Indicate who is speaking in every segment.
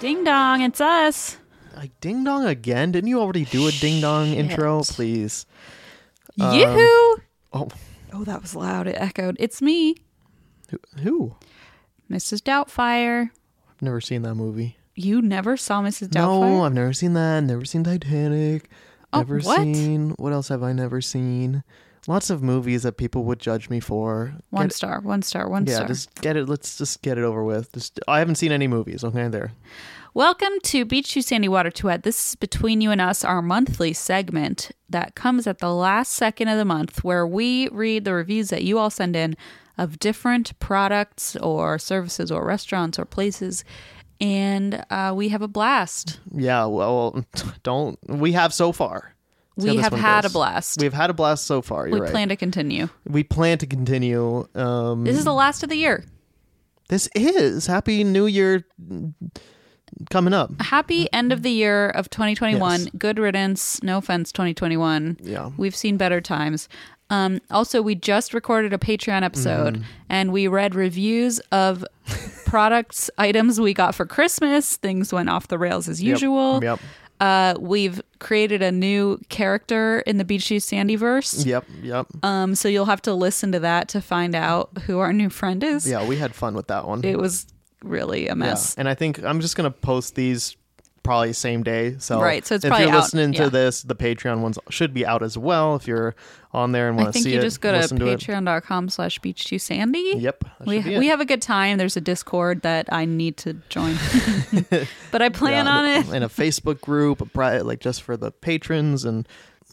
Speaker 1: Ding dong, it's us.
Speaker 2: Like ding dong again? Didn't you already do a ding dong intro? Please.
Speaker 1: Yoo-hoo!
Speaker 2: Oh,
Speaker 1: Um, Oh, that was loud. It echoed. It's me,
Speaker 2: who- who?
Speaker 1: Mrs. Doubtfire.
Speaker 2: I've never seen that movie.
Speaker 1: You never saw Mrs.
Speaker 2: No,
Speaker 1: Doubtfire?
Speaker 2: I've never seen that. Never seen Titanic.
Speaker 1: Oh,
Speaker 2: Never
Speaker 1: what?
Speaker 2: seen. What else have I never seen? Lots of movies that people would judge me for.
Speaker 1: One
Speaker 2: Get-
Speaker 1: star, one star, one
Speaker 2: yeah,
Speaker 1: star.
Speaker 2: just get it. Let's just get it over with. Just I haven't seen any movies. Okay, there.
Speaker 1: Welcome to Beach to Sandy Water to Wet. This is Between You and Us, our monthly segment that comes at the last second of the month where we read the reviews that you all send in of different products or services or restaurants or places. And uh, we have a blast.
Speaker 2: Yeah. Well, don't. We have so far. See how
Speaker 1: we
Speaker 2: this
Speaker 1: have
Speaker 2: one
Speaker 1: had
Speaker 2: goes.
Speaker 1: a blast.
Speaker 2: We've had a blast so far. You're
Speaker 1: we
Speaker 2: right.
Speaker 1: plan to continue.
Speaker 2: we plan to continue. Um,
Speaker 1: This is the last of the year.
Speaker 2: This is Happy New Year mm, coming up.
Speaker 1: Happy end of the year of 2021.
Speaker 2: Uh, Yes.
Speaker 1: Good riddance. No offense, 2021.
Speaker 2: Yeah.
Speaker 1: We've seen better times. Um, also, we just recorded a Patreon episode
Speaker 2: Mm-hmm.
Speaker 1: and we read reviews of products, items we got for Christmas. Things went off the rails as usual.
Speaker 2: Yep.
Speaker 1: Uh, we've created a new character in the Beachy Sandyverse.
Speaker 2: Yep. Yep.
Speaker 1: Um, so you'll have to listen to that to find out who our new friend is.
Speaker 2: yeah, we had fun with that one.
Speaker 1: It was really a
Speaker 2: yeah.
Speaker 1: mess.
Speaker 2: And I think I'm just gonna post these probably same day. So
Speaker 1: Right, so it's
Speaker 2: if
Speaker 1: probably
Speaker 2: you're
Speaker 1: out,
Speaker 2: listening
Speaker 1: yeah.
Speaker 2: to this, the Patreon ones should be out as well. If you're on there and
Speaker 1: I
Speaker 2: want to
Speaker 1: think
Speaker 2: see
Speaker 1: you
Speaker 2: it,
Speaker 1: just go to
Speaker 2: listen to it.
Speaker 1: patreon.com slash beach to sandy.
Speaker 2: Yep. that
Speaker 1: We,
Speaker 2: should be
Speaker 1: we
Speaker 2: it.
Speaker 1: have a good time. There's a Discord that I need to join, but I plan
Speaker 2: Yeah,
Speaker 1: on
Speaker 2: and-
Speaker 1: it.
Speaker 2: and a Facebook group, a private like just for the patrons and.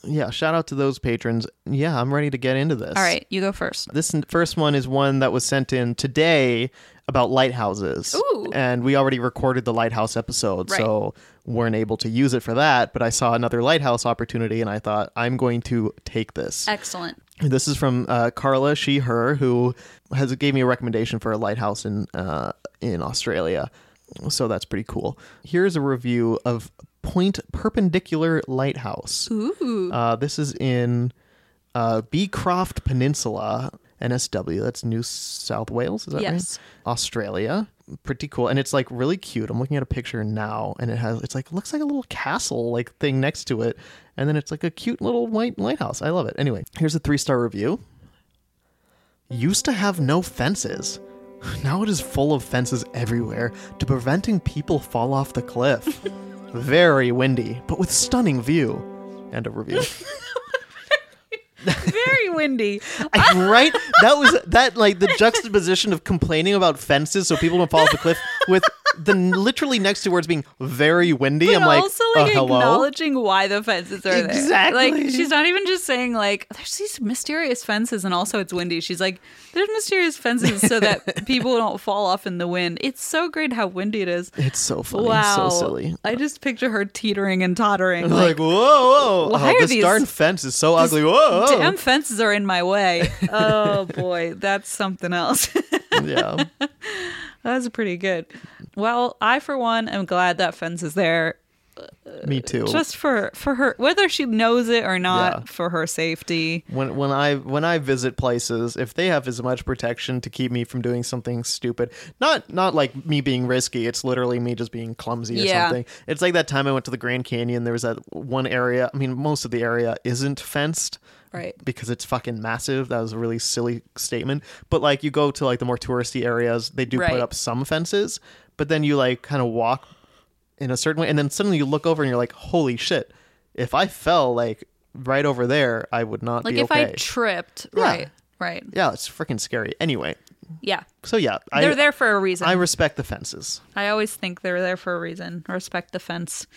Speaker 2: Yeah, shout out to those patrons. Yeah, I'm ready to get into this.
Speaker 1: All right, you go first.
Speaker 2: This n- first one is one that was sent in today about lighthouses.
Speaker 1: Ooh.
Speaker 2: And we already recorded the lighthouse episode,
Speaker 1: Right.
Speaker 2: so weren't able to use it for that. But I saw another lighthouse opportunity and I thought, I'm going to take this.
Speaker 1: Excellent.
Speaker 2: This is from uh, Carla, she, her, who has gave me a recommendation for a lighthouse in uh, in Australia. So that's pretty cool. Here's a review of Point Perpendicular Lighthouse.
Speaker 1: Ooh,
Speaker 2: Uh, this is in uh, Beecroft Peninsula, NSW. That's New South Wales. Is that
Speaker 1: Yes.
Speaker 2: right? Australia. Pretty cool, and it's like really cute. I'm looking at a picture now, and it has it's like looks like a little castle like thing next to it, and then it's like a cute little white lighthouse. I love it. Anyway, here's a three star review. Used to have no fences. Now it is full of fences everywhere to preventing people fall off the cliff. Very windy, but with stunning view. End of review.
Speaker 1: very windy.
Speaker 2: I- right? That was that like the juxtaposition of complaining about fences so people don't fall off the cliff with the n- literally next two words being very windy.
Speaker 1: But
Speaker 2: I'm like,
Speaker 1: also like
Speaker 2: uh, hello.
Speaker 1: acknowledging why the fences are there.
Speaker 2: Exactly.
Speaker 1: Like she's not even just saying like there's these mysterious fences and also it's windy. She's like there's mysterious fences so that people don't fall off in the wind. It's so great how windy it is.
Speaker 2: It's so funny,
Speaker 1: wow.
Speaker 2: so silly.
Speaker 1: I just picture her teetering and tottering. Like,
Speaker 2: Like, whoa, whoa!
Speaker 1: Why
Speaker 2: oh,
Speaker 1: are
Speaker 2: this
Speaker 1: these-
Speaker 2: darn fence is so ugly. Whoa!
Speaker 1: damn fences are in my way. Oh boy, that's something else.
Speaker 2: Yeah,
Speaker 1: that's pretty good. Well, I for one am glad that fence is there.
Speaker 2: me too.
Speaker 1: Just for for her whether she knows it or not,
Speaker 2: Yeah.
Speaker 1: for her safety.
Speaker 2: when when I when I visit places, if they have as much protection to keep me from doing something stupid, not not like me being risky, it's literally me just being clumsy or
Speaker 1: Yeah.
Speaker 2: something. It's like that time I went to the Grand Canyon. There was that one area. I mean, most of the area isn't fenced
Speaker 1: Right.
Speaker 2: because it's fucking massive. That was a really silly statement. But like you go to like the more touristy areas, they do
Speaker 1: Right.
Speaker 2: put up some fences, but then you like kind of walk in a certain way and then suddenly you look over and you're like, "Holy shit. If I fell like right over there, I would not
Speaker 1: Like
Speaker 2: be
Speaker 1: if
Speaker 2: okay."
Speaker 1: I tripped. Right. Right.
Speaker 2: yeah, it's freaking scary. Anyway,
Speaker 1: Yeah.
Speaker 2: so yeah,
Speaker 1: They're
Speaker 2: I
Speaker 1: there for a reason.
Speaker 2: I
Speaker 1: I,
Speaker 2: respect the fences.
Speaker 1: always think they're there for a reason. Respect the fence.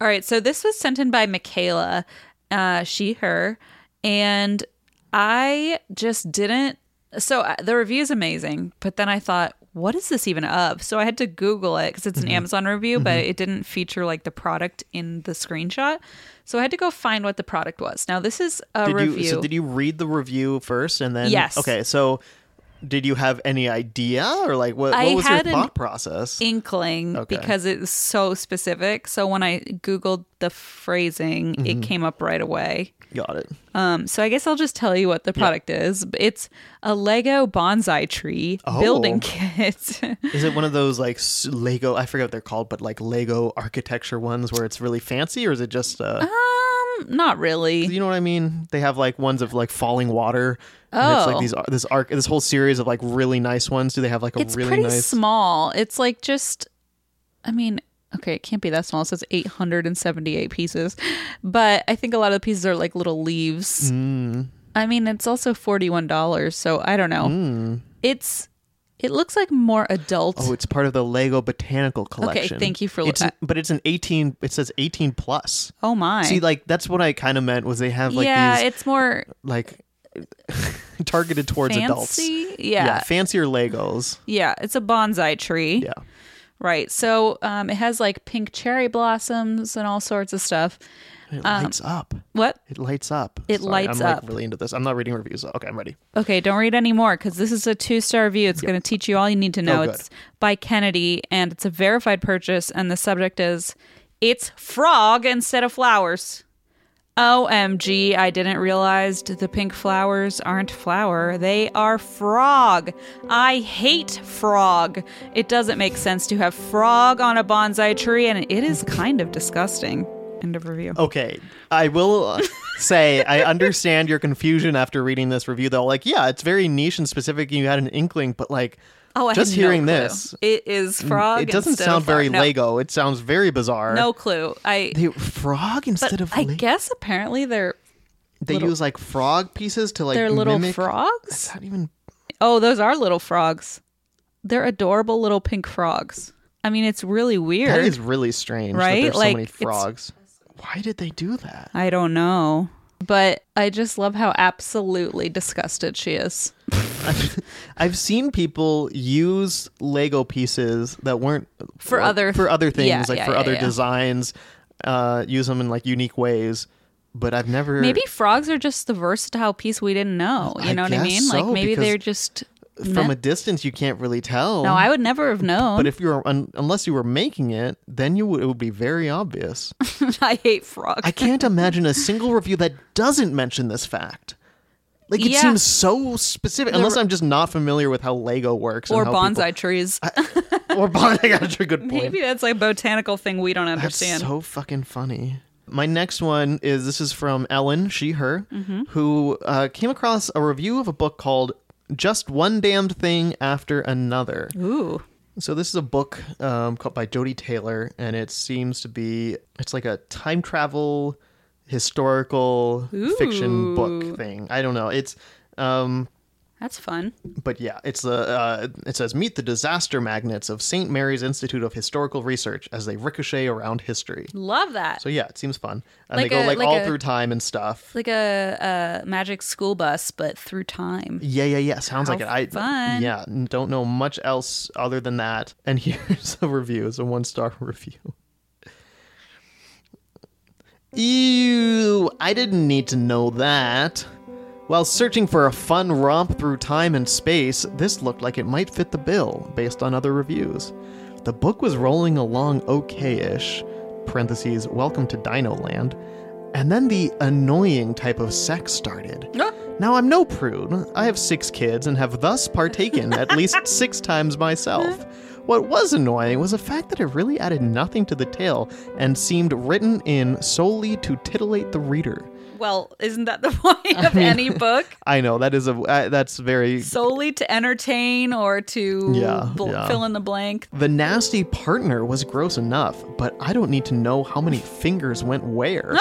Speaker 1: All right. So this was sent in by Michaela, uh, she, her. And I just didn't So uh, the review is amazing, but then I thought, what is this even of? So I had to Google it because it's
Speaker 2: Mm-hmm.
Speaker 1: an Amazon review, but it didn't feature like the product in the screenshot. So I had to go find what the product was. Now this is a
Speaker 2: Did
Speaker 1: review.
Speaker 2: you so did you read the review first and then
Speaker 1: Yes.
Speaker 2: Okay, so did you have any idea or like what,
Speaker 1: I
Speaker 2: what was your
Speaker 1: had an
Speaker 2: thought process?
Speaker 1: inkling
Speaker 2: Okay.
Speaker 1: because it's so specific. So when I Googled the phrasing,
Speaker 2: Mm-hmm.
Speaker 1: it came up right away.
Speaker 2: Got it.
Speaker 1: Um, so I guess I'll just tell you what the product is. It's a Lego bonsai tree building
Speaker 2: Oh.
Speaker 1: kit.
Speaker 2: Is it one of those like s- Lego? I forget what they're called, but like Lego architecture ones where it's really fancy, or is it just? Uh,
Speaker 1: um, not really.
Speaker 2: you know what I mean? They have like ones of like falling water. And it's
Speaker 1: Oh.
Speaker 2: like these ar- this arc this whole series of like really nice ones. Do they have like a
Speaker 1: It's
Speaker 2: really
Speaker 1: pretty
Speaker 2: nice?
Speaker 1: small. It's like just, I mean, okay, it can't be that small. It says 878 pieces, but I think a lot of the pieces are like little leaves.
Speaker 2: Mm.
Speaker 1: I mean, it's also $41, so I don't know. It's, it looks like more adult.
Speaker 2: Mm. Oh, it's part of the Lego botanical collection.
Speaker 1: thank you for-
Speaker 2: It's an- but it's an eighteen. It says eighteen plus.
Speaker 1: oh my.
Speaker 2: See, like that's what I kind of meant was they have like
Speaker 1: yeah,
Speaker 2: these
Speaker 1: it's more
Speaker 2: like targeted towards adults.
Speaker 1: fancy.
Speaker 2: Yeah.
Speaker 1: yeah.
Speaker 2: fancier Legos.
Speaker 1: Yeah, it's a bonsai tree.
Speaker 2: Yeah.
Speaker 1: Right. So um, it has like pink cherry blossoms and all sorts of stuff.
Speaker 2: It
Speaker 1: Um,
Speaker 2: lights up.
Speaker 1: What?
Speaker 2: It lights up.
Speaker 1: It lights
Speaker 2: I'm, like,
Speaker 1: up.
Speaker 2: really into this. I'm not reading reviews. Okay, I'm ready.
Speaker 1: Okay, don't read any more because this is a two star review. It's going to teach you all you need to know.
Speaker 2: Oh, good.
Speaker 1: it's by Kennedy and it's a verified purchase. And the subject is It's Frog instead of Flowers. OMG, I didn't realize the pink flowers aren't flower. They are frog. I hate frog. It doesn't make sense to have frog on a bonsai tree, and it is kind of disgusting. End of review.
Speaker 2: Okay, I will uh, say I understand your confusion after reading this review. Though, like, yeah, it's very niche and specific. And you had an inkling, but like,
Speaker 1: Oh, I
Speaker 2: just
Speaker 1: had no
Speaker 2: hearing
Speaker 1: clue.
Speaker 2: this, mm,
Speaker 1: It is frog.
Speaker 2: it doesn't
Speaker 1: instead of
Speaker 2: sound very
Speaker 1: flower. No,
Speaker 2: Lego. It sounds very bizarre.
Speaker 1: No clue. I
Speaker 2: They frog instead of
Speaker 1: I
Speaker 2: Lego.
Speaker 1: guess apparently they're
Speaker 2: they use like frog pieces to like
Speaker 1: they're little
Speaker 2: mimic. Is
Speaker 1: frogs.
Speaker 2: that even
Speaker 1: Oh, those are little frogs. They're adorable little pink frogs. I mean, it's really
Speaker 2: That
Speaker 1: weird.
Speaker 2: is really strange. That
Speaker 1: Right?
Speaker 2: there's
Speaker 1: Like,
Speaker 2: so many
Speaker 1: it's-
Speaker 2: frogs. Why did they do that?
Speaker 1: I don't know, but I just love how absolutely disgusted she is.
Speaker 2: I've seen people use Lego pieces that weren't
Speaker 1: For other-
Speaker 2: for other things,
Speaker 1: yeah,
Speaker 2: like
Speaker 1: yeah,
Speaker 2: for
Speaker 1: yeah,
Speaker 2: other
Speaker 1: yeah.
Speaker 2: designs, uh, use them in like unique ways. But I've never
Speaker 1: Maybe frogs are just the versatile piece we didn't know. You
Speaker 2: Er. I
Speaker 1: know what I
Speaker 2: guess
Speaker 1: mean?
Speaker 2: so,
Speaker 1: like maybe
Speaker 2: because
Speaker 1: they're just
Speaker 2: from a
Speaker 1: meant-
Speaker 2: distance you can't really tell.
Speaker 1: no. I would never have known.
Speaker 2: but if you were un- unless you were making it, then you would it would be very obvious.
Speaker 1: I hate frogs.
Speaker 2: I can't imagine a single review that doesn't mention this fact. Like it
Speaker 1: Yeah.
Speaker 2: seems so specific, unless I'm just not familiar with how Lego works
Speaker 1: or
Speaker 2: and how people-
Speaker 1: bonsai trees.
Speaker 2: or bonsai. That's a good point.
Speaker 1: Maybe that's like botanical thing we don't
Speaker 2: That's
Speaker 1: understand.
Speaker 2: so fucking funny. My next one is this is from Ellen, she, her, who uh, came across a review of a book called "Just One Damned Thing After Another."
Speaker 1: Ooh.
Speaker 2: So this is a book um, called by Jody Taylor, and it seems to be it's like a time travel historical fiction book thing. I don't know. It's um,
Speaker 1: That's fun.
Speaker 2: but yeah, it's the uh, it says meet the disaster magnets of St. Mary's Institute of Historical Research as they ricochet around history.
Speaker 1: Love that.
Speaker 2: So yeah, it seems fun. And
Speaker 1: Like
Speaker 2: they
Speaker 1: a-
Speaker 2: go like,
Speaker 1: like
Speaker 2: all
Speaker 1: a-
Speaker 2: through time and stuff.
Speaker 1: like a, a magic school bus, but through time.
Speaker 2: Yeah, yeah, yeah. Sounds
Speaker 1: How
Speaker 2: like it. I
Speaker 1: fun.
Speaker 2: yeah, n- don't know much else other than that. And here's a review. It's a one star review. Ew, I didn't need to know that. While searching for a fun romp through time and space, this looked like it might fit the bill based on other reviews. The book was rolling along okay ish, parentheses, welcome to Dino Land, and then the annoying type of sex started. Now, I'm no prude. I have six kids and have thus partaken at least six times myself. What was annoying was the fact that it really added nothing to the tale and seemed written in solely to titillate the reader.
Speaker 1: Well, isn't that the point of any book?
Speaker 2: I know that is a uh, that's very
Speaker 1: Solely to entertain or to
Speaker 2: Yeah,
Speaker 1: bl-
Speaker 2: yeah.
Speaker 1: fill in the blank.
Speaker 2: the nasty partner was gross enough, but I don't need to know how many fingers went where.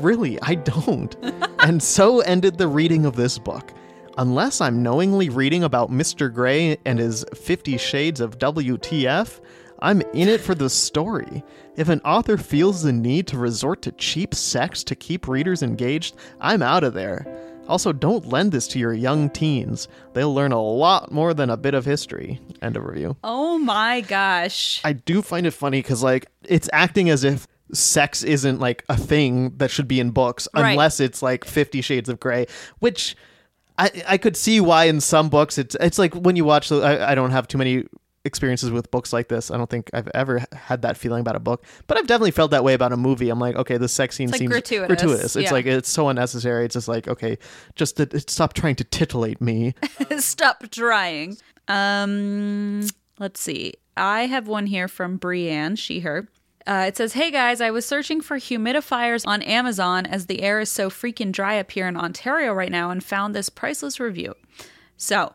Speaker 2: really, I don't. and so ended the reading of this book. Unless I'm knowingly reading about Mr. Grey and his 50 shades of WTF, I'm in it for the story. If an author feels the need to resort to cheap sex to keep readers engaged, I'm out of there. Also, don't lend this to your young teens. They'll learn a lot more than a bit of history. End of review.
Speaker 1: Oh my gosh.
Speaker 2: I do find it funny because, like, it's acting as if sex isn't like a thing that should be in books
Speaker 1: Right.
Speaker 2: unless it's like 50 shades of gray which i i could see why in some books it's it's like when you watch the, I, I don't have too many experiences with books like this i don't think i've ever had that feeling about a book but i've definitely felt that way about a movie i'm like okay this sex scene
Speaker 1: like
Speaker 2: seems
Speaker 1: gratuitous.
Speaker 2: it's
Speaker 1: Yeah.
Speaker 2: like it's so unnecessary it's just like okay just to, stop trying to titillate me
Speaker 1: Stop trying. Um, let's see. I have one here from Brienne, she, her. Uh, it says, Hey guys, I was searching for humidifiers on Amazon as the air is so freaking dry up here in Ontario right now and found this priceless review. So,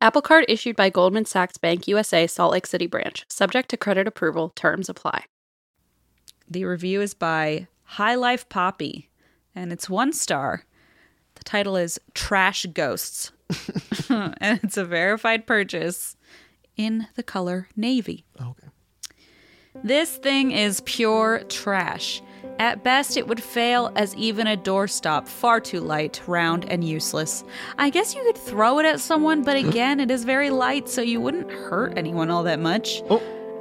Speaker 3: Apple Card issued by Goldman Sachs Bank USA Salt Lake City branch, subject to credit approval. Terms apply.
Speaker 1: The review is by High Life Poppy, and it's one star. The title is Trash Ghosts, and it's a verified purchase in the color navy.
Speaker 2: Okay.
Speaker 1: This thing is pure trash. At best, it would fail as even a doorstop, far too light, round, and useless. I guess you could throw it at someone, but again, it is very light, so you wouldn't hurt anyone all that much.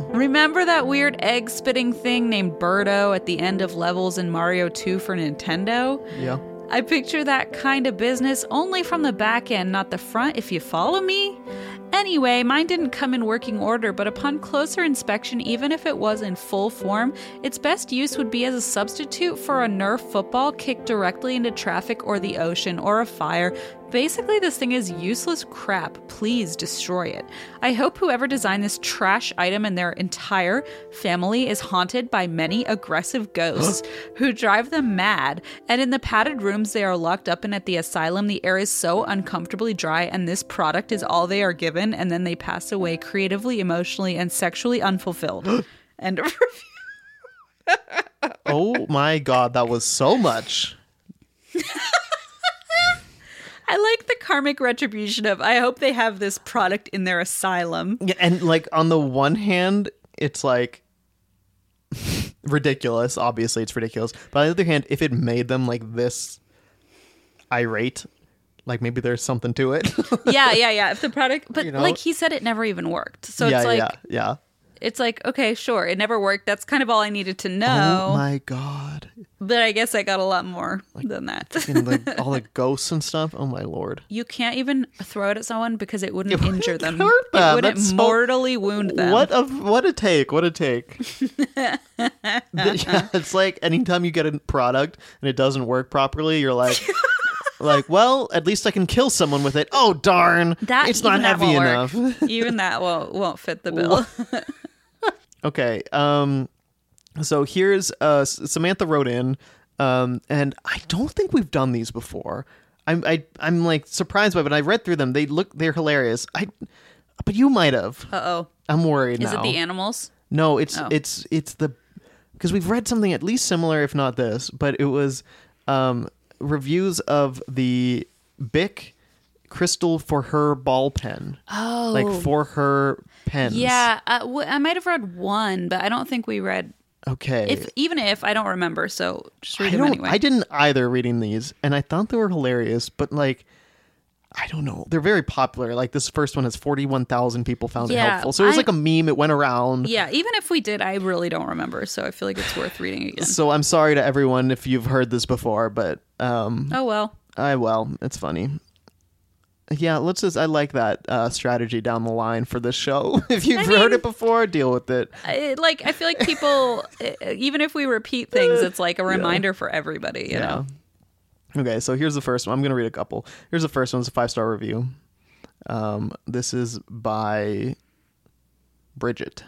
Speaker 1: Remember that weird egg spitting thing named Birdo at the end of levels in Mario 2 for Nintendo?
Speaker 2: Yeah.
Speaker 1: I picture that kind of business only from the back end, not the front, if you follow me. Anyway, mine didn't come in working order, but upon closer inspection, even if it was in full form, its best use would be as a substitute for a Nerf football kicked directly into traffic or the ocean or a fire. Basically, this thing is useless crap. Please destroy it. I hope whoever designed this trash item and their entire family is haunted by many aggressive ghosts who drive them mad. And in the padded rooms they are locked up in at the asylum, the air is so uncomfortably dry, and this product is all they are given. And then they pass away creatively, emotionally, and sexually unfulfilled. End of review.
Speaker 2: Oh my god, that was so much.
Speaker 1: I like the karmic retribution of I hope they have this product in their asylum.
Speaker 2: Yeah, and like on the one hand, it's like ridiculous. Obviously, it's ridiculous. But on the other hand, if it made them like this irate, like maybe there's something to it.
Speaker 1: yeah, yeah, yeah. If the product, but
Speaker 2: You know?
Speaker 1: like he said, it never even worked. So
Speaker 2: yeah,
Speaker 1: it's like
Speaker 2: yeah, yeah.
Speaker 1: it's like okay, sure, it never worked. That's kind of all I needed to know.
Speaker 2: Oh my god!
Speaker 1: but I guess I got a lot more than that.
Speaker 2: And the, all the ghosts and stuff. Oh my lord!
Speaker 1: you can't even throw it at someone because it wouldn't injure them.
Speaker 2: hurt
Speaker 1: It
Speaker 2: them.
Speaker 1: wouldn't
Speaker 2: That's so-
Speaker 1: mortally wound them.
Speaker 2: What a what a take! What a take! But yeah, it's like anytime you get a product and it doesn't work properly, you're like. Like, well, at least I can kill someone with it. Oh darn!
Speaker 1: That
Speaker 2: it's not
Speaker 1: even that
Speaker 2: heavy
Speaker 1: won't
Speaker 2: enough.
Speaker 1: work. even that won't won't fit the bill.
Speaker 2: Okay. Um so here's uh S- Samantha wrote in um and I don't think we've done these before. I'm I I'm like surprised by it, but I read through them. They look they're hilarious. I but you might have.
Speaker 1: Uh oh.
Speaker 2: I'm worried
Speaker 1: Is
Speaker 2: now.
Speaker 1: it the animals?
Speaker 2: No, it's
Speaker 1: Oh.
Speaker 2: it's it's the because we've read something at least similar, if not this, but it was um, reviews of the Bic crystal for her ball pen. Oh, like for her pens.
Speaker 1: Yeah, uh, w- I might have read one, but I don't think we read.
Speaker 2: Okay.
Speaker 1: If even if I don't remember, so just read
Speaker 2: I
Speaker 1: them
Speaker 2: don't.
Speaker 1: anyway.
Speaker 2: I didn't either reading these, and I thought they were hilarious, but like. I don't know. They're very popular. Like this first one has forty-one thousand people found it
Speaker 1: Yeah,
Speaker 2: helpful. So it was
Speaker 1: I-
Speaker 2: like a meme. It went around.
Speaker 1: Yeah, even if we did, I really don't remember, so I feel like it's worth reading again.
Speaker 2: So I'm sorry to everyone if you've heard this before, but um,
Speaker 1: Oh well.
Speaker 2: I well, it's funny. Yeah, let's just. I like that uh, strategy down the line for this show. if you've heard it before, deal with it.
Speaker 1: I, like I feel like people uh, even if we repeat things, it's like a reminder for everybody, you know.
Speaker 2: Okay, so here's the first one. I'm gonna read a couple. Here's the first one. It's a five star review. Um, this is by Bridget.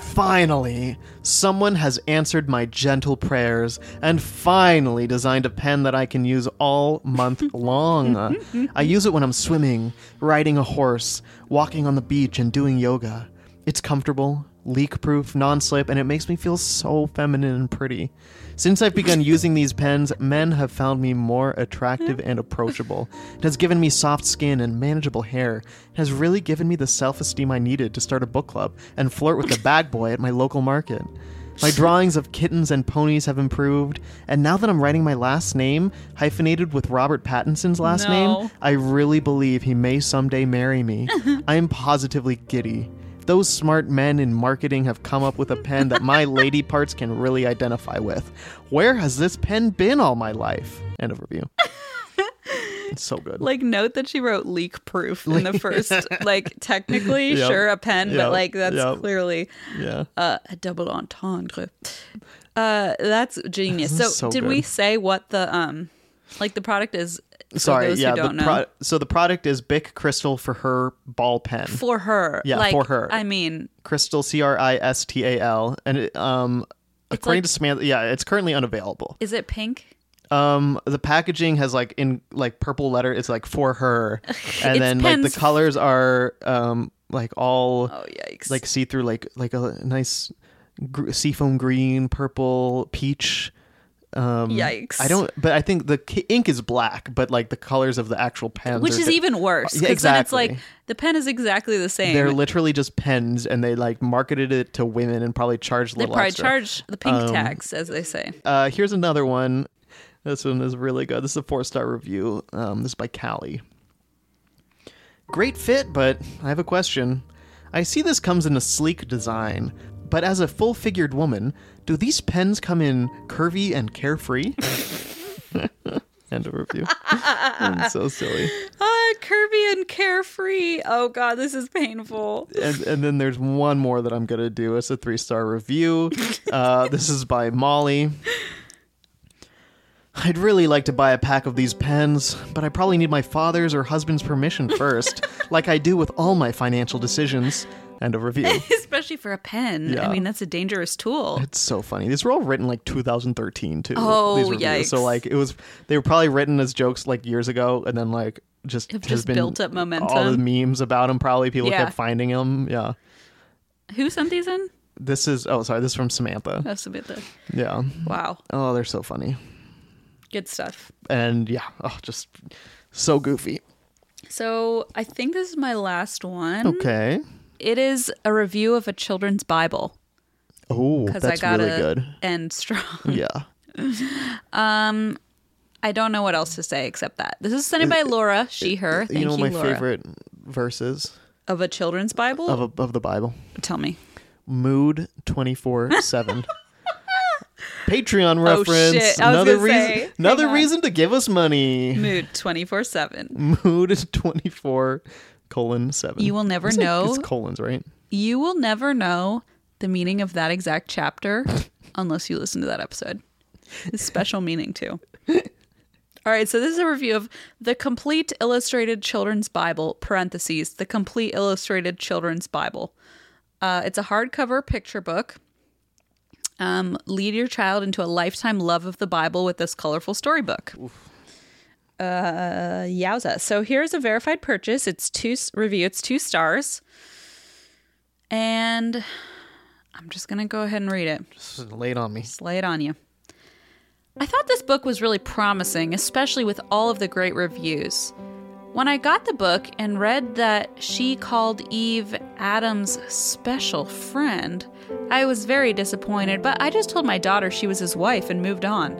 Speaker 2: Finally, someone has answered my gentle prayers and finally designed a pen that I can use all month long. I use it when I'm swimming, riding a horse, walking on the beach, and doing yoga. It's comfortable, leak proof, non slip, and it makes me feel so feminine and pretty. Since I've begun using these pens, men have found me more attractive and approachable. It has given me soft skin and manageable hair. It has really given me the self esteem I needed to start a book club and flirt with the bag boy at my local market. My drawings of kittens and ponies have improved, and now that I'm writing my last name, hyphenated with Robert Pattinson's last
Speaker 1: No.
Speaker 2: name, I really believe he may someday marry me. I am positively giddy. Those smart men in marketing have come up with a pen that my lady parts can really identify with. Where has this pen been all my life? End of review. It's so good.
Speaker 1: Like note that she wrote leak proof in the first like technically
Speaker 2: Yep.
Speaker 1: sure a pen
Speaker 2: Yep.
Speaker 1: but like that's
Speaker 2: Yep.
Speaker 1: clearly
Speaker 2: yeah.
Speaker 1: uh, a double entendre. Uh that's genius. So,
Speaker 2: This is so
Speaker 1: did we
Speaker 2: good.
Speaker 1: say what the um like the product is for
Speaker 2: Sorry.
Speaker 1: those
Speaker 2: yeah.
Speaker 1: who don't know
Speaker 2: the pro- so the product is Bic Crystal for her ball pen.
Speaker 1: for her.
Speaker 2: Yeah,
Speaker 1: like,
Speaker 2: for her.
Speaker 1: I mean,
Speaker 2: Crystal C R I S T A L, and it, um, according
Speaker 1: like-
Speaker 2: to Samantha, yeah, it's currently unavailable.
Speaker 1: is it pink?
Speaker 2: Um, the packaging has like in like purple letter. It's like for her, and
Speaker 1: It's
Speaker 2: then like the
Speaker 1: pens-
Speaker 2: colors are um like all
Speaker 1: Oh yikes.
Speaker 2: like see through, like like a nice gr- seafoam green, purple, peach. Um,
Speaker 1: Yikes.
Speaker 2: I don't, but I think the ki- ink is black, but like the colors of the actual pens,
Speaker 1: which
Speaker 2: are
Speaker 1: is
Speaker 2: di-
Speaker 1: even worse
Speaker 2: Yeah,
Speaker 1: because then it's like
Speaker 2: exactly.
Speaker 1: the pen is exactly the same.
Speaker 2: They're literally just pens, and they like marketed it to women and probably charged a
Speaker 1: they
Speaker 2: little
Speaker 1: probably
Speaker 2: extra. Um,
Speaker 1: charge the pink tax, as they say.
Speaker 2: Uh, here's another one. This one is really good. This is a four star review. Um, this is by Callie. Great fit, but I have a question. I see this comes in a sleek design, but as a full figured woman, do these pens come in curvy and carefree? End of review. And so silly.
Speaker 1: Ah, curvy and carefree. Oh god, this is painful.
Speaker 2: and, and then there's one more that I'm gonna do. It's a three star review. Uh, this is by Molly. I'd really like to buy a pack of these pens, but I probably need my father's or husband's permission first, like I do with all my financial decisions. End of review.
Speaker 1: Especially for a pen. I
Speaker 2: Yeah.
Speaker 1: mean, that's a dangerous tool.
Speaker 2: It's so funny. These were all written like 2013 too.
Speaker 1: Oh,
Speaker 2: these reviews. So
Speaker 1: yikes.
Speaker 2: like it was they were probably written as jokes like years ago, and then like just
Speaker 1: Have
Speaker 2: has
Speaker 1: just
Speaker 2: been
Speaker 1: built up
Speaker 2: All the
Speaker 1: momentum.
Speaker 2: memes about them. Probably people
Speaker 1: Yeah.
Speaker 2: kept finding them. Yeah.
Speaker 1: Who sent these in?
Speaker 2: This is oh sorry. This is from Samantha.
Speaker 1: That's a bit.
Speaker 2: Yeah.
Speaker 1: Wow.
Speaker 2: Oh, they're so funny.
Speaker 1: Good stuff.
Speaker 2: And yeah, oh, just so goofy.
Speaker 1: So I think this is my last one.
Speaker 2: Okay.
Speaker 1: It is a review of a children's Bible
Speaker 2: Oh,
Speaker 1: because I Hmm.
Speaker 2: that's
Speaker 1: got
Speaker 2: really
Speaker 1: to
Speaker 2: good.
Speaker 1: end strong.
Speaker 2: Yeah.
Speaker 1: I don't know what else to say except that this is sent in by Laura. She her. Thank you,
Speaker 2: you know my
Speaker 1: Laura.
Speaker 2: favorite verses
Speaker 1: of a children's Bible.
Speaker 2: of a, of the Bible.
Speaker 1: Tell me.
Speaker 2: Mood 24/7. Patreon reference.
Speaker 1: Oh, shit. I was
Speaker 2: Another
Speaker 1: gonna
Speaker 2: reason
Speaker 1: say.
Speaker 2: another
Speaker 1: Hang on.
Speaker 2: reason to give us money.
Speaker 1: Mood twenty four seven.
Speaker 2: Mm-hmm. Mood 24 colon 7.
Speaker 1: You will never
Speaker 2: It's like-
Speaker 1: know.
Speaker 2: It's colons, right?
Speaker 1: You will never know the meaning of that exact chapter unless you listen to that episode. It's special meaning too. All right, so this is a review of the complete illustrated children's Bible (parentheses the complete illustrated children's Bible). Uh, it's a hardcover picture book. Um, lead your child into a lifetime love of the Bible with this colorful storybook. Uh, yowza! So here's a verified purchase. It's two s- review. It's two stars. And I'm just going to go ahead and read it.
Speaker 2: Just laid on me.
Speaker 1: Just lay it on you. I thought this book was really promising, especially with all of the great reviews. When I got the book and read that she called Eve Adam's special friend, I was very disappointed, but I just told my daughter she was his wife and moved on.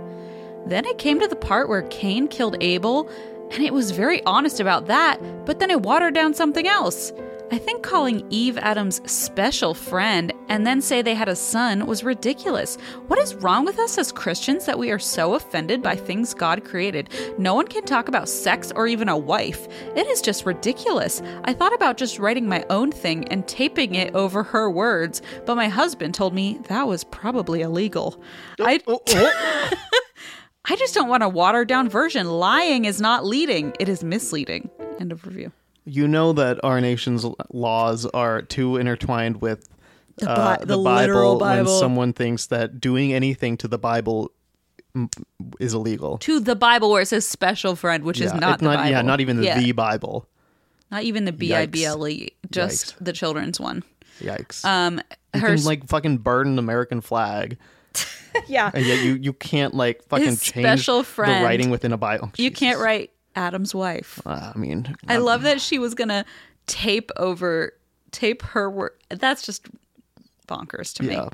Speaker 1: Then it came to the part where Cain killed Abel, and it was very honest about that, but then it watered down something else. I think calling Eve Adam's special friend and then say they had a son was ridiculous. What is wrong with us as Christians that we are so offended by things God created? No one can talk about sex or even a wife. It is just ridiculous. I thought about just writing my own thing and taping it over her words, but my husband told me that was probably illegal. I
Speaker 2: Oh, oh.
Speaker 1: I just don't want a watered down version. Lying is not leading, it is misleading. End of review.
Speaker 2: You know that our nation's laws are too intertwined with
Speaker 1: The,
Speaker 2: uh,
Speaker 1: Bi- the literal Bible.
Speaker 2: when someone thinks that doing anything to the Bible mm, is illegal.
Speaker 1: to the Bible where it says special friend, which is
Speaker 2: Yeah,
Speaker 1: not
Speaker 2: it-
Speaker 1: the Bible.
Speaker 2: Yeah, not even the,
Speaker 1: Yeah,
Speaker 2: the Bible.
Speaker 1: not even the B I B L E, just the children's one.
Speaker 2: Yikes.
Speaker 1: Um,
Speaker 2: you
Speaker 1: her
Speaker 2: can like fucking burn an American flag,
Speaker 1: yeah,
Speaker 2: and yet you you can't like fucking
Speaker 1: His
Speaker 2: change
Speaker 1: special friend.
Speaker 2: the writing within a Bible.
Speaker 1: you
Speaker 2: Jesus.
Speaker 1: can't write Adam's wife.
Speaker 2: Uh, I mean,
Speaker 1: I love that she was gonna tape over tape her work. That's just bonkers to me.
Speaker 2: yeah.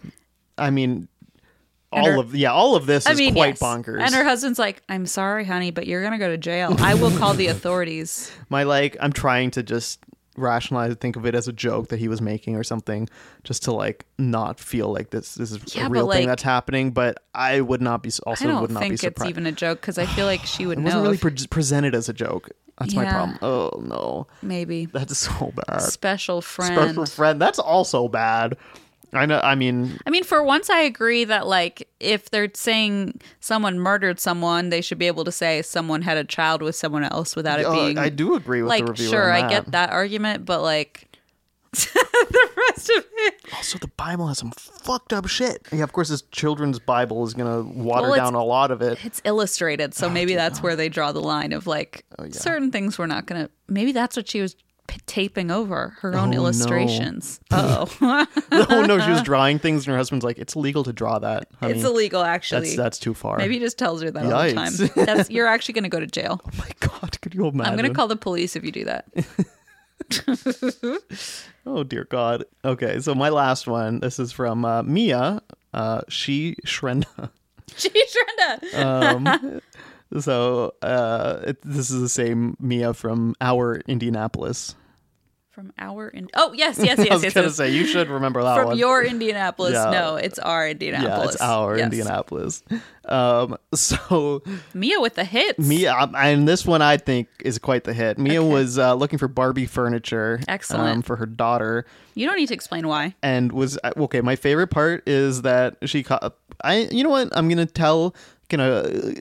Speaker 2: I mean,
Speaker 1: And
Speaker 2: all
Speaker 1: her-
Speaker 2: of yeah, all of this
Speaker 1: I
Speaker 2: is
Speaker 1: mean, yes.
Speaker 2: quite bonkers.
Speaker 1: And her husband's like, "I'm sorry, honey, but you're gonna go to jail. I will call the authorities."
Speaker 2: my like i'm trying to just rationalize think of it as a joke that he was making or something just to like not feel like this this is
Speaker 1: Yeah,
Speaker 2: a
Speaker 1: but,
Speaker 2: real
Speaker 1: like,
Speaker 2: thing that's happening but i would not be
Speaker 1: I
Speaker 2: also
Speaker 1: don't
Speaker 2: would not be
Speaker 1: think
Speaker 2: surprised
Speaker 1: it's even a joke because I feel like she would
Speaker 2: it
Speaker 1: know.
Speaker 2: wasn't really
Speaker 1: if-
Speaker 2: pre- presented as a joke that's my
Speaker 1: Yeah.
Speaker 2: problem oh no
Speaker 1: maybe
Speaker 2: that's so bad
Speaker 1: special friend.
Speaker 2: special friend that's also bad i know i mean
Speaker 1: I mean, for once, I agree that like if they're saying someone murdered someone, they should be able to say someone had a child with someone else without it
Speaker 2: uh,
Speaker 1: being.
Speaker 2: i do agree with the
Speaker 1: like
Speaker 2: reviewer
Speaker 1: sure,
Speaker 2: on
Speaker 1: I get that argument, but like the rest of it.
Speaker 2: also the bible has some fucked up shit yeah of course this children's bible is gonna water
Speaker 1: Well, it's-
Speaker 2: down a lot of it
Speaker 1: It's illustrated,
Speaker 2: Oh,
Speaker 1: so maybe that's where they draw the line of like certain things we're not gonna. Maybe that's what she was p- taping over her own
Speaker 2: Oh, no.
Speaker 1: illustrations. Oh,
Speaker 2: oh no, she was drawing things, and her husband's like, "It's illegal to draw that, honey.
Speaker 1: it's illegal actually.
Speaker 2: that's that's too far."
Speaker 1: maybe he just tells her that all the time.
Speaker 2: Yikes.
Speaker 1: That's you're actually gonna go to jail.
Speaker 2: Oh my god, could you imagine?
Speaker 1: I'm gonna call the police if you do that.
Speaker 2: Oh dear God. Okay, so my last one. This is from uh, Mia. Uh, she Shrenda.
Speaker 1: She's trying to.
Speaker 2: So uh, it, this is the same Mia from our Indianapolis.
Speaker 1: From our in- oh yes yes yes
Speaker 2: I was
Speaker 1: yes,
Speaker 2: gonna
Speaker 1: yes.
Speaker 2: say you should remember that
Speaker 1: from
Speaker 2: one.
Speaker 1: your Indianapolis.
Speaker 2: Yeah.
Speaker 1: No, it's our
Speaker 2: yeah,
Speaker 1: Indianapolis.
Speaker 2: it's our
Speaker 1: Yes.
Speaker 2: Indianapolis. Um, so
Speaker 1: Mia with the hits.
Speaker 2: Mia, um, and this one I think is quite the hit. Mia was uh, looking for Barbie furniture,
Speaker 1: Excellent.
Speaker 2: um, for her daughter,
Speaker 1: You don't need to explain why.
Speaker 2: and was okay. My favorite part is that she caught. I you know what I'm gonna tell gonna uh,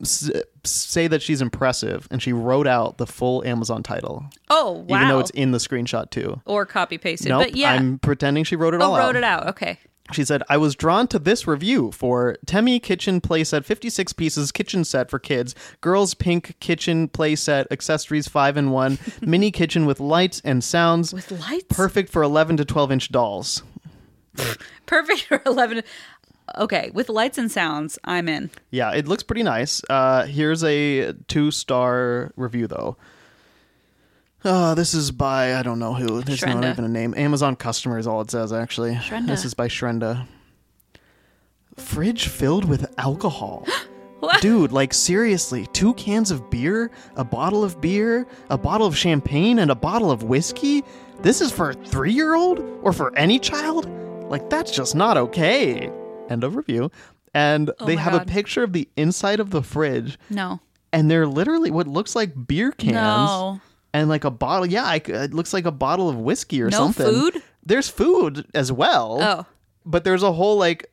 Speaker 2: s- say that she's impressive, and she wrote out the full Amazon title,
Speaker 1: Oh wow.
Speaker 2: even though it's in the screenshot too.
Speaker 1: or copy pasted.
Speaker 2: Nope,
Speaker 1: but yeah,
Speaker 2: I'm pretending she wrote it all
Speaker 1: oh,
Speaker 2: out.
Speaker 1: wrote it out. Okay.
Speaker 2: She said, I was drawn to this review for Temi Kitchen Playset 56 Pieces Kitchen Set for Kids, Girls Pink Kitchen Playset Accessories 5 in 1, Mini Kitchen with Lights and Sounds.
Speaker 1: With lights.
Speaker 2: Perfect for 11 to 12 inch dolls.
Speaker 1: Perfect for eleven. Okay, with lights and sounds, I'm in.
Speaker 2: Yeah, it looks pretty nice. Uh, here's a two star review, though. Uh, this is by, I don't know who. There's not
Speaker 1: Shrenda.
Speaker 2: even a name. Amazon customer is all it says, actually.
Speaker 1: Shrenda.
Speaker 2: This is by Shrenda. Fridge filled with alcohol.
Speaker 1: What?
Speaker 2: Dude, like seriously, two cans of beer, a bottle of beer, a bottle of champagne, and a bottle of whiskey? This is for a three year old? Or for any child? Like, that's just not okay. End of review. And they
Speaker 1: Oh my
Speaker 2: have a
Speaker 1: God.
Speaker 2: picture of the inside of the fridge,
Speaker 1: No.
Speaker 2: and they're literally what looks like beer cans.
Speaker 1: No.
Speaker 2: And like a bottle, yeah, I c it looks like a bottle of whiskey or
Speaker 1: No
Speaker 2: something.
Speaker 1: food?
Speaker 2: There's food as well.
Speaker 1: Oh.
Speaker 2: But there's a whole like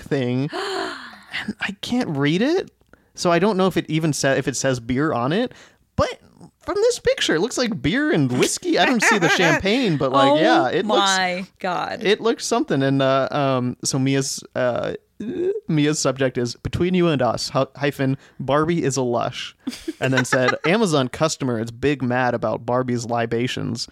Speaker 2: thing, and I can't read it, so I don't know if it even says if it says beer on it. But from this picture, it looks like beer and whiskey. I don't see the champagne, but like
Speaker 1: oh
Speaker 2: yeah, it looks
Speaker 1: my god.
Speaker 2: it looks something. And uh, um, so Mia's uh, Mia's subject is between you and us hy- hyphen Barbie is a lush, and then said Amazon customer is big mad about Barbie's libations.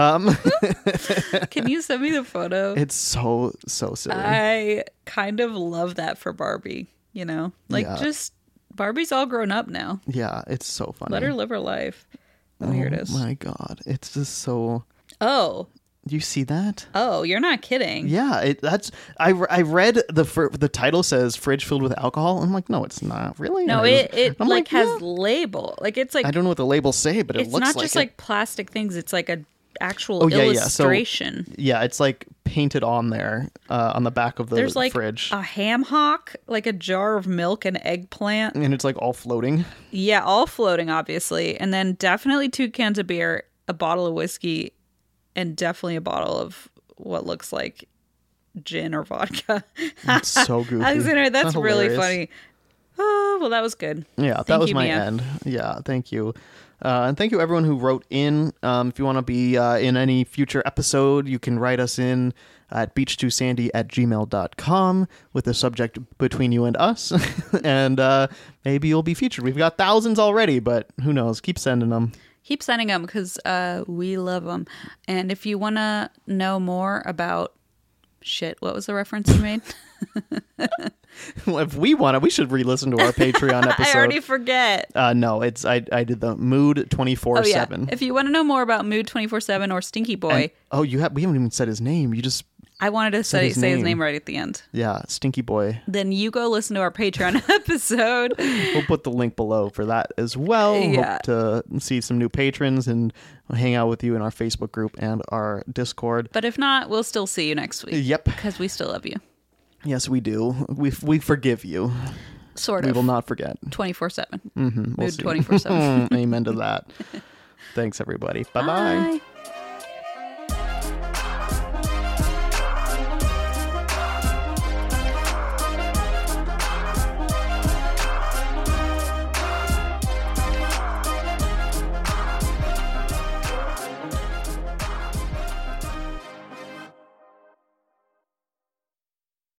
Speaker 1: Can you send me the photo?
Speaker 2: It's so so silly.
Speaker 1: I kind of love that for Barbie, you know? Like
Speaker 2: Yeah.
Speaker 1: just Barbie's all grown up now.
Speaker 2: yeah, it's so funny.
Speaker 1: Let her live her life. Oh, here it is.
Speaker 2: My God, it's just so.
Speaker 1: Oh,
Speaker 2: You see that?
Speaker 1: oh, you're not kidding.
Speaker 2: Yeah, it, that's. I, re- I read the fir- the title says fridge filled with alcohol. I'm like, no, it's not really.
Speaker 1: No,
Speaker 2: And
Speaker 1: it it
Speaker 2: I'm
Speaker 1: like, has
Speaker 2: yeah.
Speaker 1: label. Like it's like
Speaker 2: I don't know what the labels say, but it
Speaker 1: it's
Speaker 2: looks
Speaker 1: not
Speaker 2: like
Speaker 1: just
Speaker 2: it.
Speaker 1: like plastic things. It's like a actual
Speaker 2: Oh, yeah, yeah. So-
Speaker 1: illustration.
Speaker 2: Yeah, it's like painted on there uh, on the back of the
Speaker 1: There's like
Speaker 2: fridge,
Speaker 1: a ham hock, like a jar of milk and eggplant.
Speaker 2: and it's like all floating.
Speaker 1: Yeah, all floating obviously. And then definitely two cans of beer, a bottle of whiskey, and definitely a bottle of what looks like gin or vodka.
Speaker 2: It's so goofy.
Speaker 1: Alexander, that's
Speaker 2: Not
Speaker 1: really
Speaker 2: hilarious.
Speaker 1: funny. Oh, well, that was good.
Speaker 2: Yeah, that
Speaker 1: Thank
Speaker 2: was
Speaker 1: you,
Speaker 2: my
Speaker 1: Mia.
Speaker 2: end. Yeah, thank you. Uh, and thank you everyone who wrote in. Um, if you want to be uh, in any future episode, you can write us in at beach2sandy at gmail.com with the subject between you and us. and uh, maybe you'll be featured. We've got thousands already, but who knows? Keep sending them.
Speaker 1: Keep sending them because uh, we love them. And if you want to know more about shit, what was the reference you made?
Speaker 2: if we want it, we should re listen to our Patreon episode.
Speaker 1: I already forget.
Speaker 2: Uh, no, it's I, I did the mood twenty four
Speaker 1: Oh, yeah.
Speaker 2: seven.
Speaker 1: If you want to know more about Mood 24 7 or Stinky Boy,
Speaker 2: Oh, you have we haven't even said his name. You just
Speaker 1: I wanted to say,
Speaker 2: his
Speaker 1: say his
Speaker 2: name.
Speaker 1: name right at the end.
Speaker 2: yeah, Stinky Boy.
Speaker 1: Then you go listen to our Patreon episode.
Speaker 2: We'll put the link below for that as well.
Speaker 1: Yeah.
Speaker 2: Hope to see some new patrons and hang out with you in our Facebook group and our Discord.
Speaker 1: But if not, we'll still see you next week.
Speaker 2: Yep.
Speaker 1: Because we still love you.
Speaker 2: Yes, we do. We we forgive you.
Speaker 1: Sort
Speaker 2: We will
Speaker 1: of.
Speaker 2: not forget.
Speaker 1: 24 7.
Speaker 2: We'll
Speaker 1: Mood
Speaker 2: see.
Speaker 1: 24 7.
Speaker 2: Mm, Amen to that. Thanks everybody. Bye bye.
Speaker 1: Bye.